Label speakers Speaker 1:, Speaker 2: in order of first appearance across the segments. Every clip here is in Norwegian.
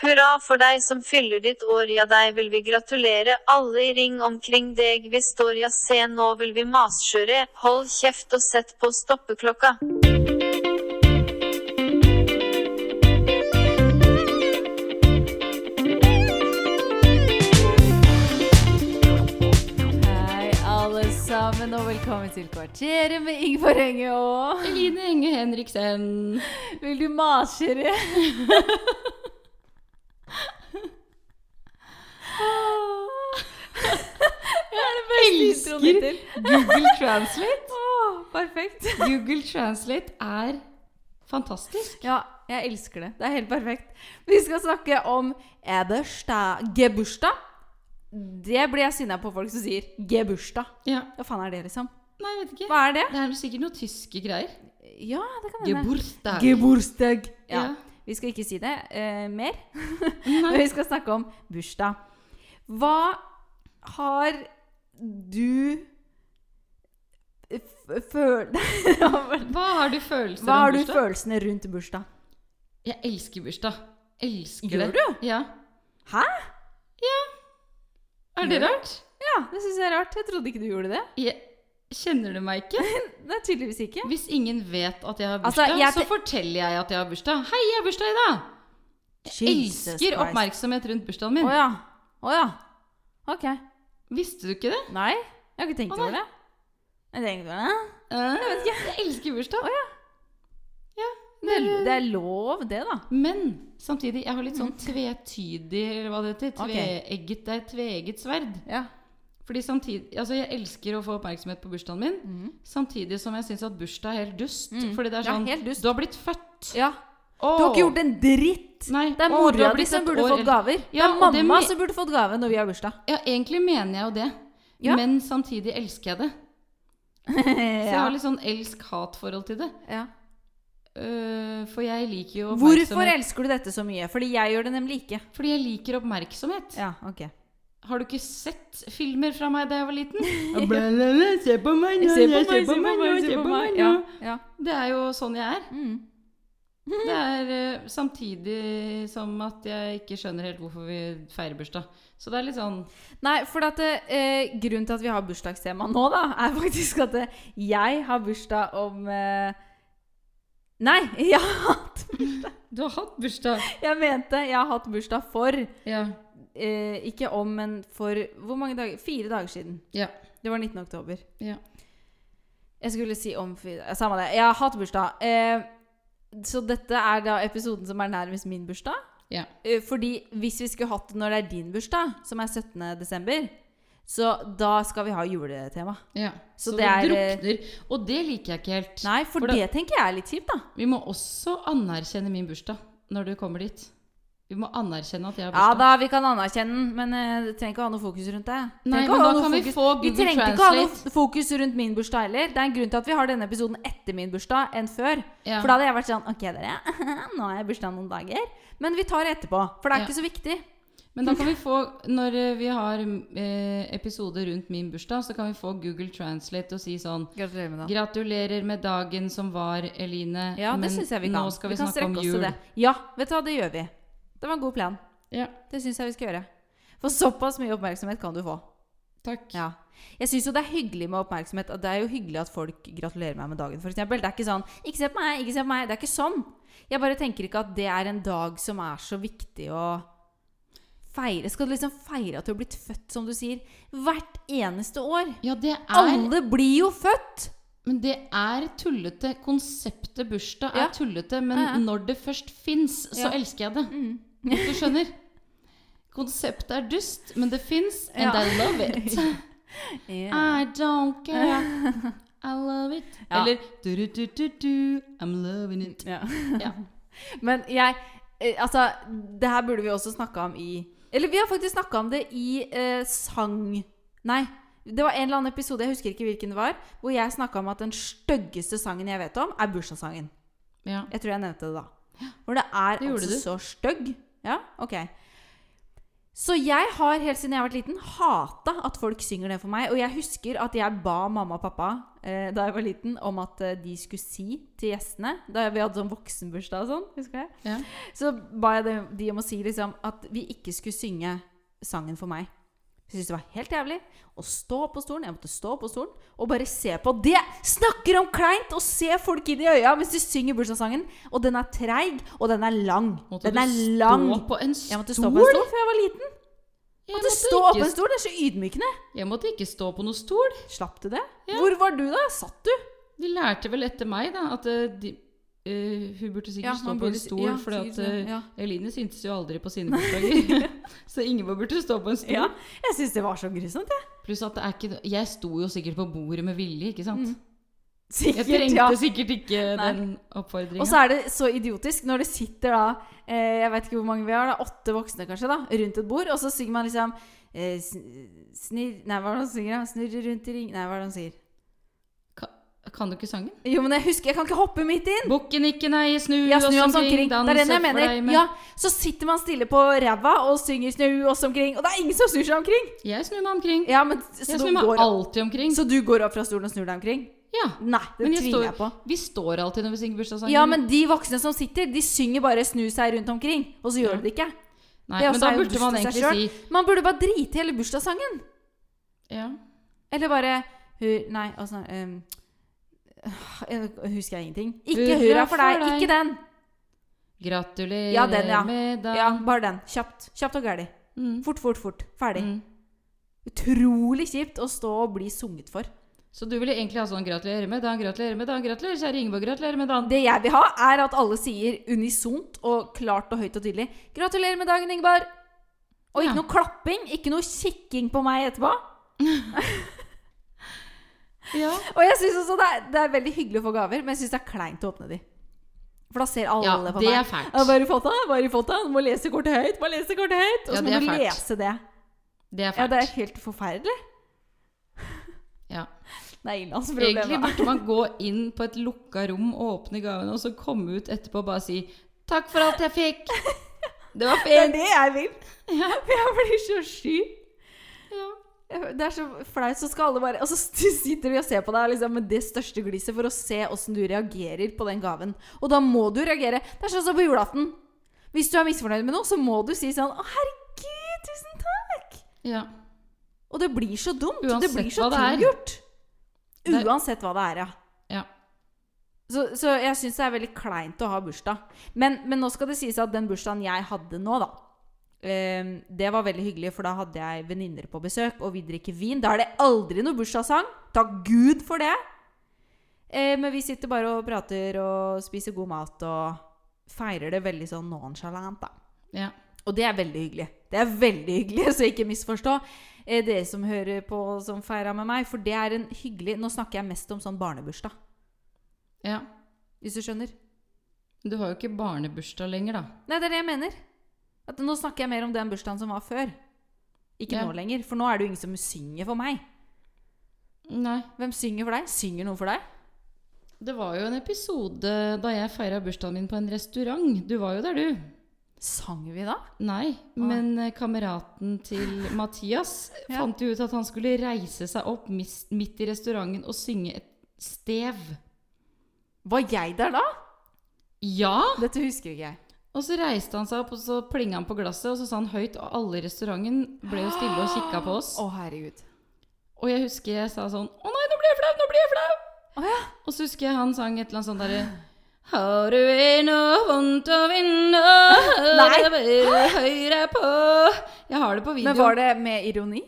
Speaker 1: Hurra for deg som fyller ditt år, ja deg vil vi gratulere, alle i ring omkring deg vi står, ja se nå vil vi maskjøre, hold kjeft og sett på stoppeklokka.
Speaker 2: Hei, alle sammen, og velkommen til Kvarteret med Ingeborg Enge og
Speaker 3: Eline Enge Henriksen.
Speaker 2: Vil du masjere?
Speaker 3: Elsker
Speaker 2: introen hittil.
Speaker 3: Google Translate.
Speaker 2: perfekt.
Speaker 3: Google Translate er fantastisk.
Speaker 2: Ja, jeg elsker det. Det er helt perfekt. Vi skal snakke om ebersta, gebursdag. Det blir jeg sinna på folk som sier gebursdag.
Speaker 3: Ja.
Speaker 2: Hva faen er det, liksom?
Speaker 3: Nei, jeg vet ikke.
Speaker 2: Hva er det?
Speaker 3: Det er sikkert noen tyske greier.
Speaker 2: Ja, det kan hende.
Speaker 3: Geburtstag.
Speaker 2: Gebursdag. Ja.
Speaker 3: Ja.
Speaker 2: Vi skal ikke si det eh, mer, men
Speaker 3: Nei.
Speaker 2: vi skal snakke om bursdag. Hva har du f- føl...
Speaker 3: Hva har du følelser
Speaker 2: Hva har
Speaker 3: om
Speaker 2: du
Speaker 3: bursdag?
Speaker 2: følelsene rundt bursdag?
Speaker 3: Jeg elsker bursdag. Elsker
Speaker 2: Gjør
Speaker 3: det. Ja.
Speaker 2: Hæ?
Speaker 3: Er det rart?
Speaker 2: Ja, det syns jeg er rart. Jeg trodde ikke du gjorde det.
Speaker 3: Jeg... Kjenner du meg ikke?
Speaker 2: Det er tydeligvis ikke.
Speaker 3: Hvis ingen vet at jeg har
Speaker 2: Altså,
Speaker 3: bursdag,
Speaker 2: jeg
Speaker 3: så
Speaker 2: te-
Speaker 3: forteller jeg at jeg har bursdag. Hei, jeg har bursdag i dag! Elsker oppmerksomhet rundt bursdagen
Speaker 2: Å
Speaker 3: min.
Speaker 2: ja. Å ja. Ok.
Speaker 3: Visste du ikke det?
Speaker 2: Nei, jeg har ikke tenkt
Speaker 3: Å,
Speaker 2: over
Speaker 3: nei.
Speaker 2: det. Jeg tenkte over det.
Speaker 3: Ah. Jeg elsker bursdag.
Speaker 2: Å, ja.
Speaker 3: Ja,
Speaker 2: Det er,
Speaker 3: det-
Speaker 2: det er lov, det, da.
Speaker 3: Men samtidig, jeg har litt sånn tvetydig eller hva det heter.
Speaker 2: Ok.
Speaker 3: Tveegget det er et tveegget sverd.
Speaker 2: Ja.
Speaker 3: Fordi samtidig, altså Jeg elsker å få oppmerksomhet på bursdagen min, samtidig som jeg syns at bursdag er helt dust.
Speaker 2: Mm.
Speaker 3: Fordi det er
Speaker 2: Ja,
Speaker 3: sånn
Speaker 2: helt dust.
Speaker 3: Du har blitt født.
Speaker 2: ja. Du har ikke gjort en dritt!
Speaker 3: Nei,
Speaker 2: Det er
Speaker 3: å, du
Speaker 2: mora
Speaker 3: har
Speaker 2: di
Speaker 3: blitt
Speaker 2: som
Speaker 3: et
Speaker 2: burde
Speaker 3: år
Speaker 2: fått
Speaker 3: eldre.
Speaker 2: gaver.
Speaker 3: Ja,
Speaker 2: det er
Speaker 3: og det
Speaker 2: mamma
Speaker 3: me-
Speaker 2: som burde fått gave når vi har bursdag.
Speaker 3: Ja, egentlig mener jeg jo det.
Speaker 2: Ja.
Speaker 3: Men samtidig elsker jeg det. Så jeg
Speaker 2: ja.
Speaker 3: har litt sånn elsk-hat-forhold til det.
Speaker 2: Ja.
Speaker 3: Øh, for jeg liker jo
Speaker 2: Hvorfor
Speaker 3: oppmerksomhet.
Speaker 2: elsker du dette så mye? Fordi jeg gjør det nemlig ikke.
Speaker 3: Fordi jeg liker oppmerksomhet.
Speaker 2: Ja, ok.
Speaker 3: Har du ikke sett filmer fra meg da jeg var liten?
Speaker 2: Se på meg
Speaker 3: nå,
Speaker 2: se på
Speaker 3: jeg
Speaker 2: meg, se på meg, se på meg. Ja, ja.
Speaker 3: Det er jo sånn jeg er.
Speaker 2: Mm.
Speaker 3: Det er eh, Samtidig som at jeg ikke skjønner helt hvorfor vi feirer bursdag. Så det er litt sånn
Speaker 2: Nei, for at, eh, grunnen til at vi har bursdagstema nå, da, er faktisk at eh, jeg har bursdag om eh, Nei, jeg har hatt
Speaker 3: Du har hatt bursdag!
Speaker 2: Jeg mente jeg har hatt bursdag for
Speaker 3: Ja.
Speaker 2: eh, Ikke om, men for hvor mange dager? Fire dager siden.
Speaker 3: Ja.
Speaker 2: Det var 19. oktober.
Speaker 3: ja.
Speaker 2: Jeg skulle si om fire ja, Samme det. Jeg har hatt bursdag. Eh, så dette er da episoden som er nærmest min bursdag.
Speaker 3: Ja.
Speaker 2: Eh, fordi hvis vi skulle hatt det når det er din bursdag, som er 17. desember, så da skal vi ha juletema.
Speaker 3: ja.
Speaker 2: Så
Speaker 3: Så,
Speaker 2: det
Speaker 3: det,
Speaker 2: er, eh,
Speaker 3: drukner. Og det liker jeg ikke helt.
Speaker 2: Nei, for,
Speaker 3: For
Speaker 2: det,
Speaker 3: da-
Speaker 2: tenker jeg er litt kjipt, da.
Speaker 3: Vi må også anerkjenne min bursdag når du kommer dit. Vi må anerkjenne at jeg har
Speaker 2: Ja
Speaker 3: bursdag.
Speaker 2: da, vi kan anerkjenne den, men eh, det trenger ikke å ha noe fokus rundt det. Trenger
Speaker 3: Nei,
Speaker 2: ikke å
Speaker 3: men
Speaker 2: ha
Speaker 3: da
Speaker 2: noe
Speaker 3: kan vi
Speaker 2: fokus-
Speaker 3: få
Speaker 2: vi
Speaker 3: Google
Speaker 2: trenger ikke å ha
Speaker 3: Translate.
Speaker 2: noe fokus rundt min bursdag heller. Det er en grunn til at vi har denne episoden etter min bursdag enn før.
Speaker 3: Ja.
Speaker 2: For da hadde jeg vært sånn Ok, dere, nå har jeg bursdag noen dager. Men vi tar det etterpå, for det er
Speaker 3: Ja.
Speaker 2: ikke så viktig.
Speaker 3: Men da kan vi få, når eh, vi har eh, episoder rundt min bursdag, så kan vi få Google Translate og si sånn
Speaker 2: Gratulerer med
Speaker 3: Gratulerer med dagen som var, Eline.
Speaker 2: Ja, det
Speaker 3: men
Speaker 2: syns jeg vi kan.
Speaker 3: Nå skal vi,
Speaker 2: kan
Speaker 3: snakke om
Speaker 2: strekke oss til
Speaker 3: jul.
Speaker 2: Det. Ja, vet du hva, det gjør vi. Det var en god plan.
Speaker 3: Ja,
Speaker 2: Det syns jeg vi skal gjøre. For såpass mye oppmerksomhet kan du få.
Speaker 3: takk.
Speaker 2: Ja. Jeg syns jo det er hyggelig med oppmerksomhet. og Det er jo hyggelig at folk gratulerer meg med dagen, f.eks. Det er ikke sånn 'Ikke se på meg, ikke se på meg'. Det er ikke sånn. Jeg bare tenker ikke at det er en dag som er så viktig å feire. Skal du liksom feire at du har blitt født, som du sier, hvert eneste år?
Speaker 3: Ja, det er
Speaker 2: Alle blir jo født!
Speaker 3: Men det er tullete. Konseptet bursdag er
Speaker 2: Ja.
Speaker 3: tullete, men
Speaker 2: Ja, ja.
Speaker 3: når det først fins, så
Speaker 2: Ja. Mm.
Speaker 3: elsker jeg det. Hvis du skjønner? Konseptet er dust, men det fins, and
Speaker 2: Ja.
Speaker 3: I love it. I don't care. I love it.
Speaker 2: Ja.
Speaker 3: Eller du-du-du-du, I'm loving it.
Speaker 2: Ja.
Speaker 3: Ja.
Speaker 2: Men jeg eh, Altså, det her burde vi også snakka om i Eller vi har faktisk snakka om det i eh, sang... Nei. Det var en eller annen episode, jeg husker ikke hvilken det var, hvor jeg snakka om at den styggeste sangen jeg vet om, er bursdagssangen.
Speaker 3: ja.
Speaker 2: Jeg tror jeg nevnte det da. For det er
Speaker 3: Det gjorde
Speaker 2: altså
Speaker 3: du.
Speaker 2: så stygg. Ja, ok. Så jeg har helt siden jeg har vært liten hata at folk synger det for meg. Og jeg husker at jeg ba mamma og pappa eh, da jeg var liten om at eh, de skulle si til gjestene Da vi hadde sånn voksenbursdag og sånn, husker jeg.
Speaker 3: Ja.
Speaker 2: Så ba jeg dem- de om å si liksom, at vi ikke skulle synge sangen for meg. Jeg syntes det var helt jævlig å stå på stolen. Jeg måtte stå på stolen og bare se på. Det snakker om kleint! Å se folk inn i øya mens de synger bursdagssangen. Og den er treig, og den er lang.
Speaker 3: Måtte
Speaker 2: den er
Speaker 3: du
Speaker 2: lang.
Speaker 3: stå på en stol?
Speaker 2: Jeg måtte stå på en stol før jeg var liten.
Speaker 3: Jeg
Speaker 2: Måtte
Speaker 3: måtte
Speaker 2: stå opp på
Speaker 3: ikke-
Speaker 2: en stol, det er så ydmykende.
Speaker 3: Jeg måtte ikke stå på noen stol.
Speaker 2: Slapp du det?
Speaker 3: Ja.
Speaker 2: Hvor var du da? Satt du?
Speaker 3: De lærte vel etter meg da, at eh, de, eh, hun burde sikkert
Speaker 2: Ja,
Speaker 3: stå
Speaker 2: man
Speaker 3: på en
Speaker 2: burde-
Speaker 3: stol,
Speaker 2: ja,
Speaker 3: fordi at
Speaker 2: sikkert,
Speaker 3: eh,
Speaker 2: ja.
Speaker 3: Eline syntes jo aldri på sine bursdager. så Ingeborg burde stå på en stol.
Speaker 2: Ja. Jeg syns det var så grusomt, jeg.
Speaker 3: Pluss at det er ikke, jeg sto jo sikkert på bordet med vilje, ikke sant? Jeg
Speaker 2: Sikkert,
Speaker 3: trengte
Speaker 2: Mm. ja.
Speaker 3: sikkert ikke
Speaker 2: Nei.
Speaker 3: den
Speaker 2: Og
Speaker 3: oppfordringa.
Speaker 2: så er det så idiotisk når det sitter da eh, Jeg vet ikke hvor mange vi har, da, åtte voksne kanskje, da, rundt et bord, og så synger man liksom eh, sn- snirr Nei, hva er det han synger? da? Snurre rundt i ring Nei, hva er det han sier?
Speaker 3: Kan, kan du ikke sangen?
Speaker 2: Jo, men jeg husker, jeg kan ikke hoppe midt inn!
Speaker 3: Bukken ikke, nei, snu
Speaker 2: Ja,
Speaker 3: oss
Speaker 2: snu oss sånn
Speaker 3: omkring,
Speaker 2: omkring. Det
Speaker 3: danse
Speaker 2: er den jeg
Speaker 3: for
Speaker 2: mener.
Speaker 3: deg med-
Speaker 2: Ja, så sitter man stille på ræva og synger 'snu oss omkring', og det er ingen som snur seg omkring!
Speaker 3: Jeg snur meg omkring.
Speaker 2: Ja, men så
Speaker 3: jeg
Speaker 2: du
Speaker 3: snur meg
Speaker 2: går
Speaker 3: alltid omkring.
Speaker 2: Så du går opp fra stolen og snur deg omkring?
Speaker 3: ja.
Speaker 2: Nei, det
Speaker 3: Men jeg
Speaker 2: tviler
Speaker 3: står, sånn
Speaker 2: jeg på.
Speaker 3: vi står alltid når vi synger bursdagssanger.
Speaker 2: Ja, men de voksne som sitter, de synger bare 'snu seg rundt omkring', og så gjør
Speaker 3: Ja.
Speaker 2: de det ikke.
Speaker 3: Nei,
Speaker 2: det
Speaker 3: men
Speaker 2: også
Speaker 3: da
Speaker 2: er jo
Speaker 3: burde man
Speaker 2: dust i seg
Speaker 3: egentlig si
Speaker 2: selv. Man burde bare drite i hele bursdagssangen.
Speaker 3: ja.
Speaker 2: Eller bare hu- Nei, altså ehm, øh, Husker jeg ingenting. Ikke
Speaker 3: Hurra
Speaker 2: hurra for deg.
Speaker 3: for deg.
Speaker 2: Ikke den.
Speaker 3: Gratulerer
Speaker 2: Ja, den, ja.
Speaker 3: med dagen.
Speaker 2: Ja, bare den. Kjapt. Kjapt og gæli.
Speaker 3: Mm.
Speaker 2: Fort, fort, fort. Ferdig.
Speaker 3: Mm.
Speaker 2: Utrolig kjipt å stå og bli sunget for.
Speaker 3: Så du ville egentlig ha sånn 'gratulerer med dagen, gratulerer med dagen, gratulerer, kjære Ingeborg, gratulerer med dagen'.
Speaker 2: Det jeg vil ha, er at alle sier unisont og klart og høyt og tydelig 'Gratulerer med dagen, Ingeborg'. Og
Speaker 3: Ja.
Speaker 2: ikke noe klapping, ikke noe kikking på meg etterpå.
Speaker 3: Ja.
Speaker 2: Og jeg synes også det er, det er veldig hyggelig å få gaver, men jeg syns det er kleint å åpne de. For da ser alle
Speaker 3: Ja,
Speaker 2: på meg.
Speaker 3: det er fælt.
Speaker 2: Ja, Hva har du fått, da? Hva har du fått, da? Du må lese kortet høyt. Må lese kortet høyt. Og
Speaker 3: Ja,
Speaker 2: så
Speaker 3: det
Speaker 2: må
Speaker 3: er
Speaker 2: du
Speaker 3: fælt.
Speaker 2: lese det.
Speaker 3: Det er
Speaker 2: Ja,
Speaker 3: fælt.
Speaker 2: det er helt forferdelig.
Speaker 3: Ja.
Speaker 2: Det er
Speaker 3: Egentlig
Speaker 2: innlandsproblemet.
Speaker 3: burde man gå inn på et lukka rom og åpne gavene, og så komme ut etterpå og bare si 'takk for alt jeg fikk'. Det var
Speaker 2: Det er
Speaker 3: fint.
Speaker 2: det jeg vil. For jeg blir så sky.
Speaker 3: Ja.
Speaker 2: Det er så flaut, så skal alle bare Og så sitter de og ser på deg liksom, med det største gliset for å se åssen du reagerer på den gaven. Og da må du reagere. Det er sånn som på julaften. Hvis du er misfornøyd med noe, så må du si sånn Å, herregud, tusen takk!
Speaker 3: ja.
Speaker 2: Og det blir så dumt. det
Speaker 3: Uansett
Speaker 2: blir så
Speaker 3: hva det er.
Speaker 2: tilgjort.
Speaker 3: Det-
Speaker 2: Uansett hva det er, ja.
Speaker 3: Ja.
Speaker 2: Så, så jeg syns det er veldig kleint å ha bursdag. Men, men nå skal det sies at den bursdagen jeg hadde nå, da eh, Det var veldig hyggelig, for da hadde jeg venninner på besøk, og vi drikker vin. Da er det aldri noe bursdagssang. Takk Gud for det. Eh, men vi sitter bare og prater og spiser god mat og feirer det veldig sånn nonchalant, da.
Speaker 3: ja.
Speaker 2: Og det er veldig hyggelig. Det er veldig hyggelig, så ikke misforstå eh, dere som hører på som feirer med meg. For det er en hyggelig Nå snakker jeg mest om sånn barnebursdag,
Speaker 3: ja.
Speaker 2: hvis du skjønner.
Speaker 3: Du har jo ikke barnebursdag lenger, da.
Speaker 2: Nei, det er det jeg mener. At nå snakker jeg mer om den bursdagen som var før. Ikke
Speaker 3: Ja.
Speaker 2: nå lenger, for nå er det jo ingen som synger for meg.
Speaker 3: Nei.
Speaker 2: Hvem synger for deg? Synger noen for deg?
Speaker 3: Det var jo en episode da jeg feira bursdagen min på en restaurant. Du var jo der, du.
Speaker 2: Sang vi da?
Speaker 3: Nei, men eh, kameraten til Mathias
Speaker 2: Ja.
Speaker 3: fant jo ut at han skulle reise seg opp mis- midt i restauranten og synge et stev.
Speaker 2: Var jeg der da?
Speaker 3: Ja!
Speaker 2: Dette husker ikke jeg.
Speaker 3: Og så reiste han seg opp, og så plinga han på glasset, og så sa han høyt, og alle i restauranten ble jo stille og kikka på oss.
Speaker 2: Å, herregud.
Speaker 3: Og jeg husker jeg sa sånn Å nei, nå blir jeg flau! Nå blir jeg flau!
Speaker 2: Å ja.
Speaker 3: Og så husker jeg han sang et eller annet sånt derre Har du ennå vondt å vinne?
Speaker 2: Nei.
Speaker 3: Høyre, høyre på Jeg har det på video.
Speaker 2: Men var det med ironi?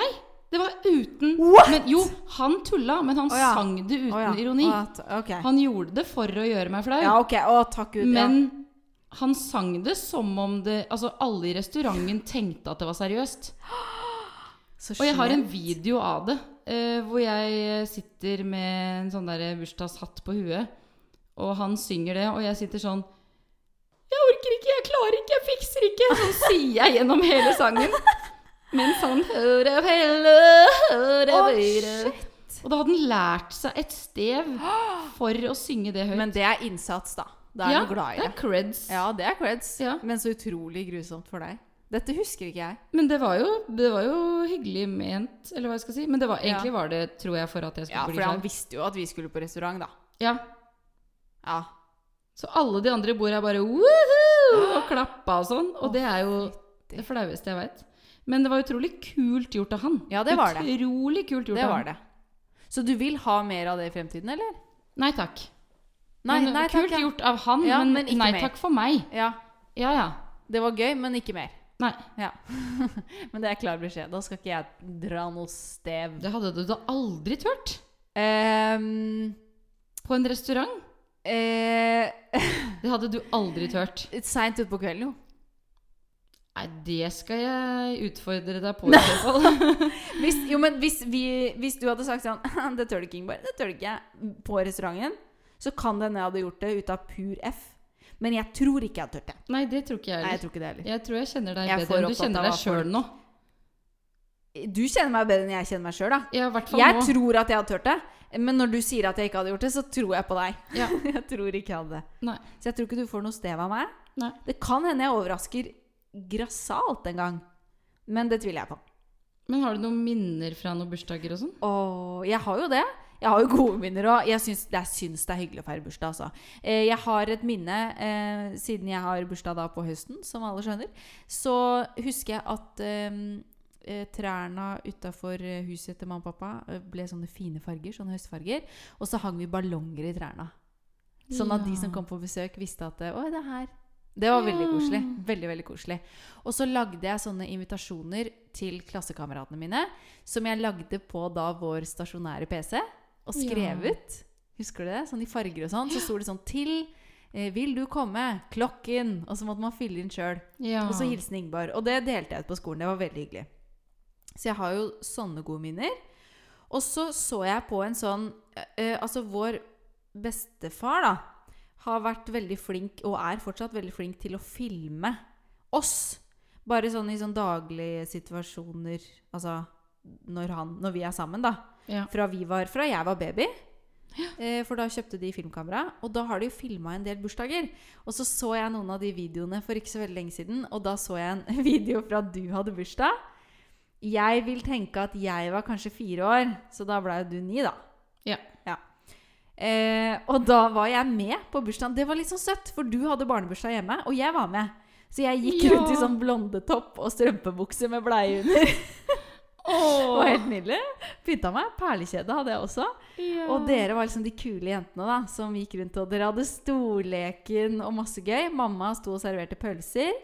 Speaker 3: Nei, det var uten
Speaker 2: What?
Speaker 3: Men jo, han tulla, men han
Speaker 2: Å ja.
Speaker 3: sang det uten
Speaker 2: Å ja.
Speaker 3: ironi.
Speaker 2: Å, at- ok.
Speaker 3: Han gjorde det for å gjøre meg flau,
Speaker 2: Ja, ok. Å, takk Gud. ja.
Speaker 3: men han sang det som om det Altså, alle i restauranten tenkte at det var seriøst.
Speaker 2: Så
Speaker 3: Og jeg har en
Speaker 2: slemt.
Speaker 3: video av det, eh, hvor jeg sitter med en sånn der bursdagshatt på huet, og han synger det, og jeg sitter sånn Jeg orker ikke, jeg klarer ikke, jeg fikser ikke! Sånn sier jeg gjennom hele sangen. sånn, Mens han hører felle, hører
Speaker 2: Å,
Speaker 3: høyre. Og da hadde han lært seg et stev for å synge det høyt.
Speaker 2: Men det er innsats, da. Da er
Speaker 3: ja,
Speaker 2: du glad i
Speaker 3: det
Speaker 2: det.
Speaker 3: er creds.
Speaker 2: Ja, det er creds.
Speaker 3: Ja.
Speaker 2: Men så utrolig grusomt for deg. Dette husker ikke jeg.
Speaker 3: Men det var, jo, det var jo hyggelig ment, eller hva jeg skal si. Men det var, egentlig
Speaker 2: Ja.
Speaker 3: var det, tror jeg, for at jeg skulle
Speaker 2: Ja,
Speaker 3: bli
Speaker 2: for han
Speaker 3: kjent.
Speaker 2: visste jo at vi skulle på restaurant, da.
Speaker 3: Ja.
Speaker 2: Ja.
Speaker 3: Så alle de andre i bordet er bare woohoo!
Speaker 2: Ah,
Speaker 3: Og klappa og sånn. Og det er jo det flaueste jeg veit. Men det var utrolig kult gjort av han.
Speaker 2: Ja, det var det.
Speaker 3: Utrolig kult gjort
Speaker 2: Det
Speaker 3: av
Speaker 2: var
Speaker 3: han.
Speaker 2: det. Så du vil ha mer av det i fremtiden, eller?
Speaker 3: Nei takk.
Speaker 2: Nei,
Speaker 3: men, øh,
Speaker 2: nei takk.
Speaker 3: kult
Speaker 2: ja.
Speaker 3: gjort av han,
Speaker 2: Ja,
Speaker 3: men,
Speaker 2: men ikke
Speaker 3: nei
Speaker 2: mer.
Speaker 3: takk for meg.
Speaker 2: Ja,
Speaker 3: Ja ja.
Speaker 2: det var gøy, men ikke mer.
Speaker 3: Nei.
Speaker 2: Ja. men det er klar beskjed. Da skal ikke jeg dra noe stev.
Speaker 3: Det hadde du da aldri turt.
Speaker 2: Ehm,
Speaker 3: På en restaurant.
Speaker 2: eh,
Speaker 3: Det hadde du aldri tørt.
Speaker 2: Seint utpå kvelden, jo.
Speaker 3: Nei, det skal jeg utfordre deg på i så fall.
Speaker 2: Hvis, jo, men hvis, vi, hvis du hadde sagt sånn Det tør du ikke, Ingeborg. Det tør du ikke. På restauranten. Så kan det hende jeg hadde gjort det ut av pur F. Men jeg tror ikke jeg hadde turt det.
Speaker 3: Nei, det tror ikke jeg
Speaker 2: Nei, jeg
Speaker 3: heller.
Speaker 2: tror ikke det heller.
Speaker 3: Jeg tror jeg kjenner deg
Speaker 2: Jeg er for
Speaker 3: bedre enn du
Speaker 2: opptatt av
Speaker 3: kjenner deg
Speaker 2: hva folk-
Speaker 3: sjøl nå.
Speaker 2: Du kjenner meg bedre enn jeg kjenner meg sjøl, da.
Speaker 3: Ja, i hvert fall
Speaker 2: Jeg
Speaker 3: nå.
Speaker 2: tror at jeg hadde turt det, men når du sier at jeg ikke hadde gjort det, så tror jeg på deg.
Speaker 3: Ja.
Speaker 2: Jeg tror ikke jeg hadde det.
Speaker 3: Nei.
Speaker 2: Så jeg tror ikke du får noe stev av meg.
Speaker 3: Nei.
Speaker 2: Det kan hende jeg overrasker grassat en gang, men det tviler jeg på.
Speaker 3: Men har du noen minner fra noen bursdager og sånn?
Speaker 2: Åh, jeg har jo det. Jeg har jo gode minner òg. Jeg, syns- jeg syns det er hyggelig å feire bursdag, altså. Eh, Jeg har et minne eh, siden jeg har bursdag da på høsten, som alle skjønner. Så husker jeg at eh, eh, trærne utafor eh, huset til mamma og pappa eh, ble sånne fine farger, sånne høstfarger. Og så hang vi ballonger i trærne. Sånn at de som
Speaker 3: Ja.
Speaker 2: kom på besøk, visste at eh, Å, det er her. Det var veldig
Speaker 3: Ja.
Speaker 2: koselig. Veldig, veldig koselig. Og så lagde jeg sånne invitasjoner til klassekameratene mine, som jeg lagde på da vår stasjonære PC, og skrev
Speaker 3: Ja.
Speaker 2: ut. Husker du det? Sånn i farger og sånn. Så sto det sånn til eh, vil du komme? Klokken! Og så måtte man fylle inn sjøl.
Speaker 3: Ja.
Speaker 2: Og så hilsen Ingeborg. Og det delte jeg ut på skolen. Det var veldig hyggelig. Så jeg har jo sånne gode minner. Og så så jeg på en sånn eh, eh, Altså, vår bestefar, da, har vært veldig flink, og er fortsatt veldig flink, til å filme oss. Bare sånn i sånn daglige situasjoner Altså når, han, når vi er sammen, da.
Speaker 3: Ja.
Speaker 2: Fra, vi var, fra jeg var baby. Eh, for da kjøpte de filmkamera. Og da har de jo filma en del bursdager. Og så så jeg noen av de videoene for ikke så veldig lenge siden, og da så jeg en video fra du hadde bursdag. Jeg vil tenke at jeg var kanskje fire år, så da ble jo du ni, da.
Speaker 3: Ja.
Speaker 2: Eh, og da var jeg med på bursdagen. Det var litt sånn søtt, for du hadde barnebursdag hjemme, og jeg var med. Så jeg gikk
Speaker 3: Ja.
Speaker 2: rundt i sånn blondetopp og strømpebukse med bleie under. Det var helt nydelig. Pynta meg. Perlekjede hadde jeg også. Og dere var liksom de kule jentene da, som gikk rundt og dere hadde storleken og masse gøy. Mamma sto og serverte pølser.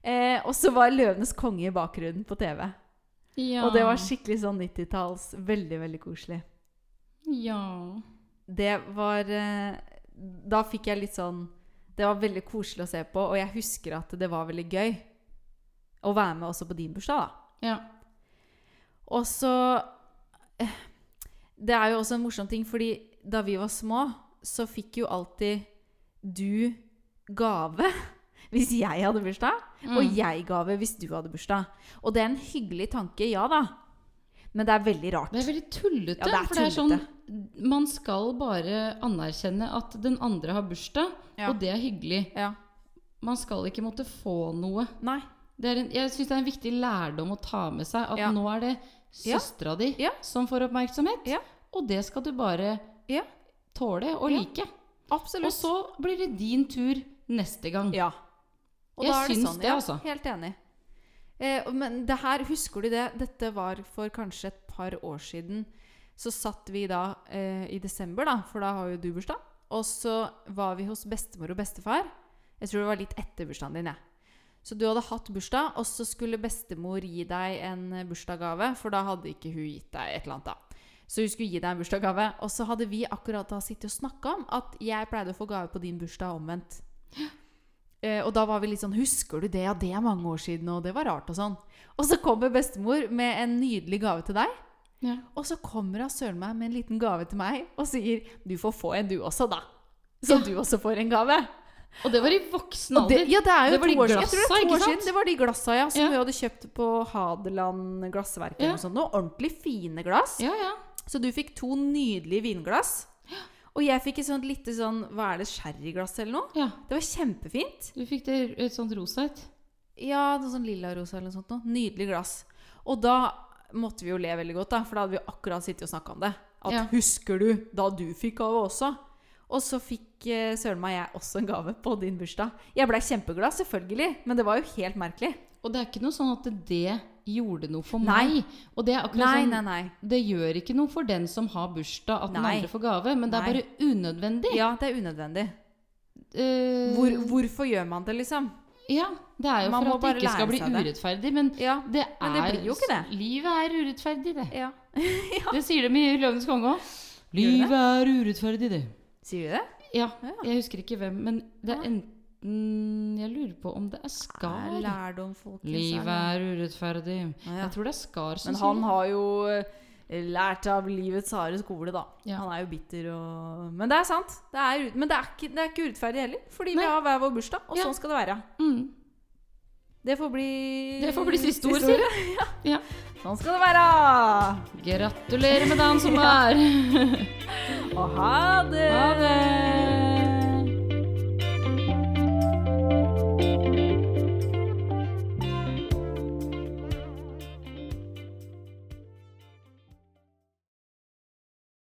Speaker 2: Eh, og så var Løvenes konge i bakgrunnen på TV.
Speaker 3: ja.
Speaker 2: Og det var skikkelig sånn 90-talls. Veldig, veldig koselig.
Speaker 3: Ja.
Speaker 2: Det var eh, Da fikk jeg litt sånn Det var veldig koselig å se på, og jeg husker at det var veldig gøy å være med også på din bursdag, da.
Speaker 3: Ja.
Speaker 2: Og så eh, Det er jo også en morsom ting, fordi da vi var små, så fikk jo alltid du gave hvis jeg hadde bursdag, og jeg gave hvis du hadde bursdag. Og det er en hyggelig tanke, ja da, men det er veldig rart.
Speaker 3: Det er veldig tullete.
Speaker 2: Ja, det er
Speaker 3: for det er sånn
Speaker 2: tullete.
Speaker 3: Man skal bare anerkjenne at den andre har bursdag,
Speaker 2: Ja.
Speaker 3: og det er hyggelig.
Speaker 2: Ja.
Speaker 3: Man skal ikke måtte få noe.
Speaker 2: Nei.
Speaker 3: Det er en, jeg syns det er en viktig lærdom å ta med seg at
Speaker 2: Ja.
Speaker 3: nå er det
Speaker 2: Ja.
Speaker 3: søstera di
Speaker 2: Ja.
Speaker 3: som får oppmerksomhet,
Speaker 2: Ja.
Speaker 3: og det skal du bare
Speaker 2: Ja.
Speaker 3: tåle og
Speaker 2: Ja.
Speaker 3: like. Og
Speaker 2: Absolutt.
Speaker 3: så blir det din tur neste gang.
Speaker 2: Ja. Og
Speaker 3: sånn. Jeg
Speaker 2: da er det
Speaker 3: syns
Speaker 2: sånn,
Speaker 3: det,
Speaker 2: ja,
Speaker 3: altså.
Speaker 2: Helt enig. Eh, og- men det her, husker du det? Dette var for kanskje et par år siden. Så satt vi da eh, i desember, da, for da har jo du bursdag. Og så var vi hos bestemor og bestefar. Jeg tror det var litt etter bursdagen din. jeg. Så du hadde hatt bursdag, og så skulle bestemor gi deg en eh, bursdagsgave, for da hadde ikke hun gitt deg et eller annet, da. Så hun skulle gi deg en bursdagsgave. Og så hadde vi akkurat da sittet og snakka om at jeg pleide å få gave på din bursdag omvendt. Eh, og da var vi litt sånn Husker du det? Ja, det er mange år siden, og det var rart og sånn. Og så kommer bestemor med en nydelig gave til deg.
Speaker 3: Ja.
Speaker 2: Og så kommer hun søren meg med en liten gave til meg og sier Du får få en, du også, da. Så du også får en gave.
Speaker 3: Og det var i voksen
Speaker 2: Og det,
Speaker 3: alder.
Speaker 2: ja, det er jo
Speaker 3: Det var de
Speaker 2: to år siden. Jeg tror det er to
Speaker 3: glassa, ikke
Speaker 2: år
Speaker 3: sant?
Speaker 2: siden. Det var de glassa, ja, som
Speaker 3: Ja.
Speaker 2: vi hadde kjøpt på Hadeland glassverk.
Speaker 3: Ja.
Speaker 2: eller noe sånt. Noe ordentlig fine glass.
Speaker 3: Ja, ja.
Speaker 2: Så du fikk to nydelige vinglass. Og jeg fikk et sånt lite sånn Hva er det? Sherryglass eller noe?
Speaker 3: ja.
Speaker 2: Det var kjempefint.
Speaker 3: Du fikk det et sånt rosa et.
Speaker 2: Ja, noe sånn lilla-rosa eller noe sånt. Noe. Nydelig glass. Og da måtte vi jo le veldig godt, da, for da hadde vi akkurat sittet og snakka om det. At
Speaker 3: Ja.
Speaker 2: husker du da du fikk gave også? Og så fikk eh, søren meg jeg også en gave på din bursdag. Jeg blei kjempeglad, selvfølgelig, men det var jo helt merkelig.
Speaker 3: Og det er ikke noe sånn at det gjorde noe for
Speaker 2: Nei.
Speaker 3: meg. Og det er akkurat
Speaker 2: Nei,
Speaker 3: sånn
Speaker 2: nei, nei.
Speaker 3: Det gjør ikke noe for den som har bursdag at den
Speaker 2: Nei.
Speaker 3: andre får gave, men det er
Speaker 2: Nei.
Speaker 3: bare unødvendig.
Speaker 2: Ja, det er unødvendig.
Speaker 3: Eh,
Speaker 2: Hvor, hvorfor gjør man det, liksom?
Speaker 3: ja, det er jo
Speaker 2: Man
Speaker 3: for
Speaker 2: må
Speaker 3: at det
Speaker 2: bare
Speaker 3: ikke skal
Speaker 2: lære
Speaker 3: bli
Speaker 2: seg det.
Speaker 3: urettferdig, men
Speaker 2: Ja.
Speaker 3: det er
Speaker 2: Men det blir jo ikke det.
Speaker 3: Livet er urettferdig, det.
Speaker 2: ja.
Speaker 3: Det sier de i Løvenes konge òg.
Speaker 2: det?
Speaker 3: Livet er urettferdig, det.
Speaker 2: Sier vi det?
Speaker 3: Ja,
Speaker 2: Ja.
Speaker 3: jeg husker ikke hvem, men det
Speaker 2: Ah.
Speaker 3: er enten Jeg lurer på om det er Skar.
Speaker 2: Det er lærdom, folkens.
Speaker 3: Livet
Speaker 2: er
Speaker 3: er urettferdig.
Speaker 2: Ja, ja.
Speaker 3: Jeg tror det er Skar som
Speaker 2: Men han
Speaker 3: sier det.
Speaker 2: har jo eh, lært av livets harde skole, da.
Speaker 3: Ja.
Speaker 2: Han er jo bitter og Men det er sant. Det er, ut- men det er, ikke, det er ikke urettferdig heller, fordi
Speaker 3: Nei.
Speaker 2: vi har hver vår bursdag, og
Speaker 3: Ja.
Speaker 2: sånn skal det være.
Speaker 3: Mm.
Speaker 2: Det får bli
Speaker 3: Det får bli siste ord,
Speaker 2: historie.
Speaker 3: Ja.
Speaker 2: Sånn skal det være!
Speaker 3: Gratulerer med dagen som var!
Speaker 2: Og ha det!
Speaker 3: Ha det!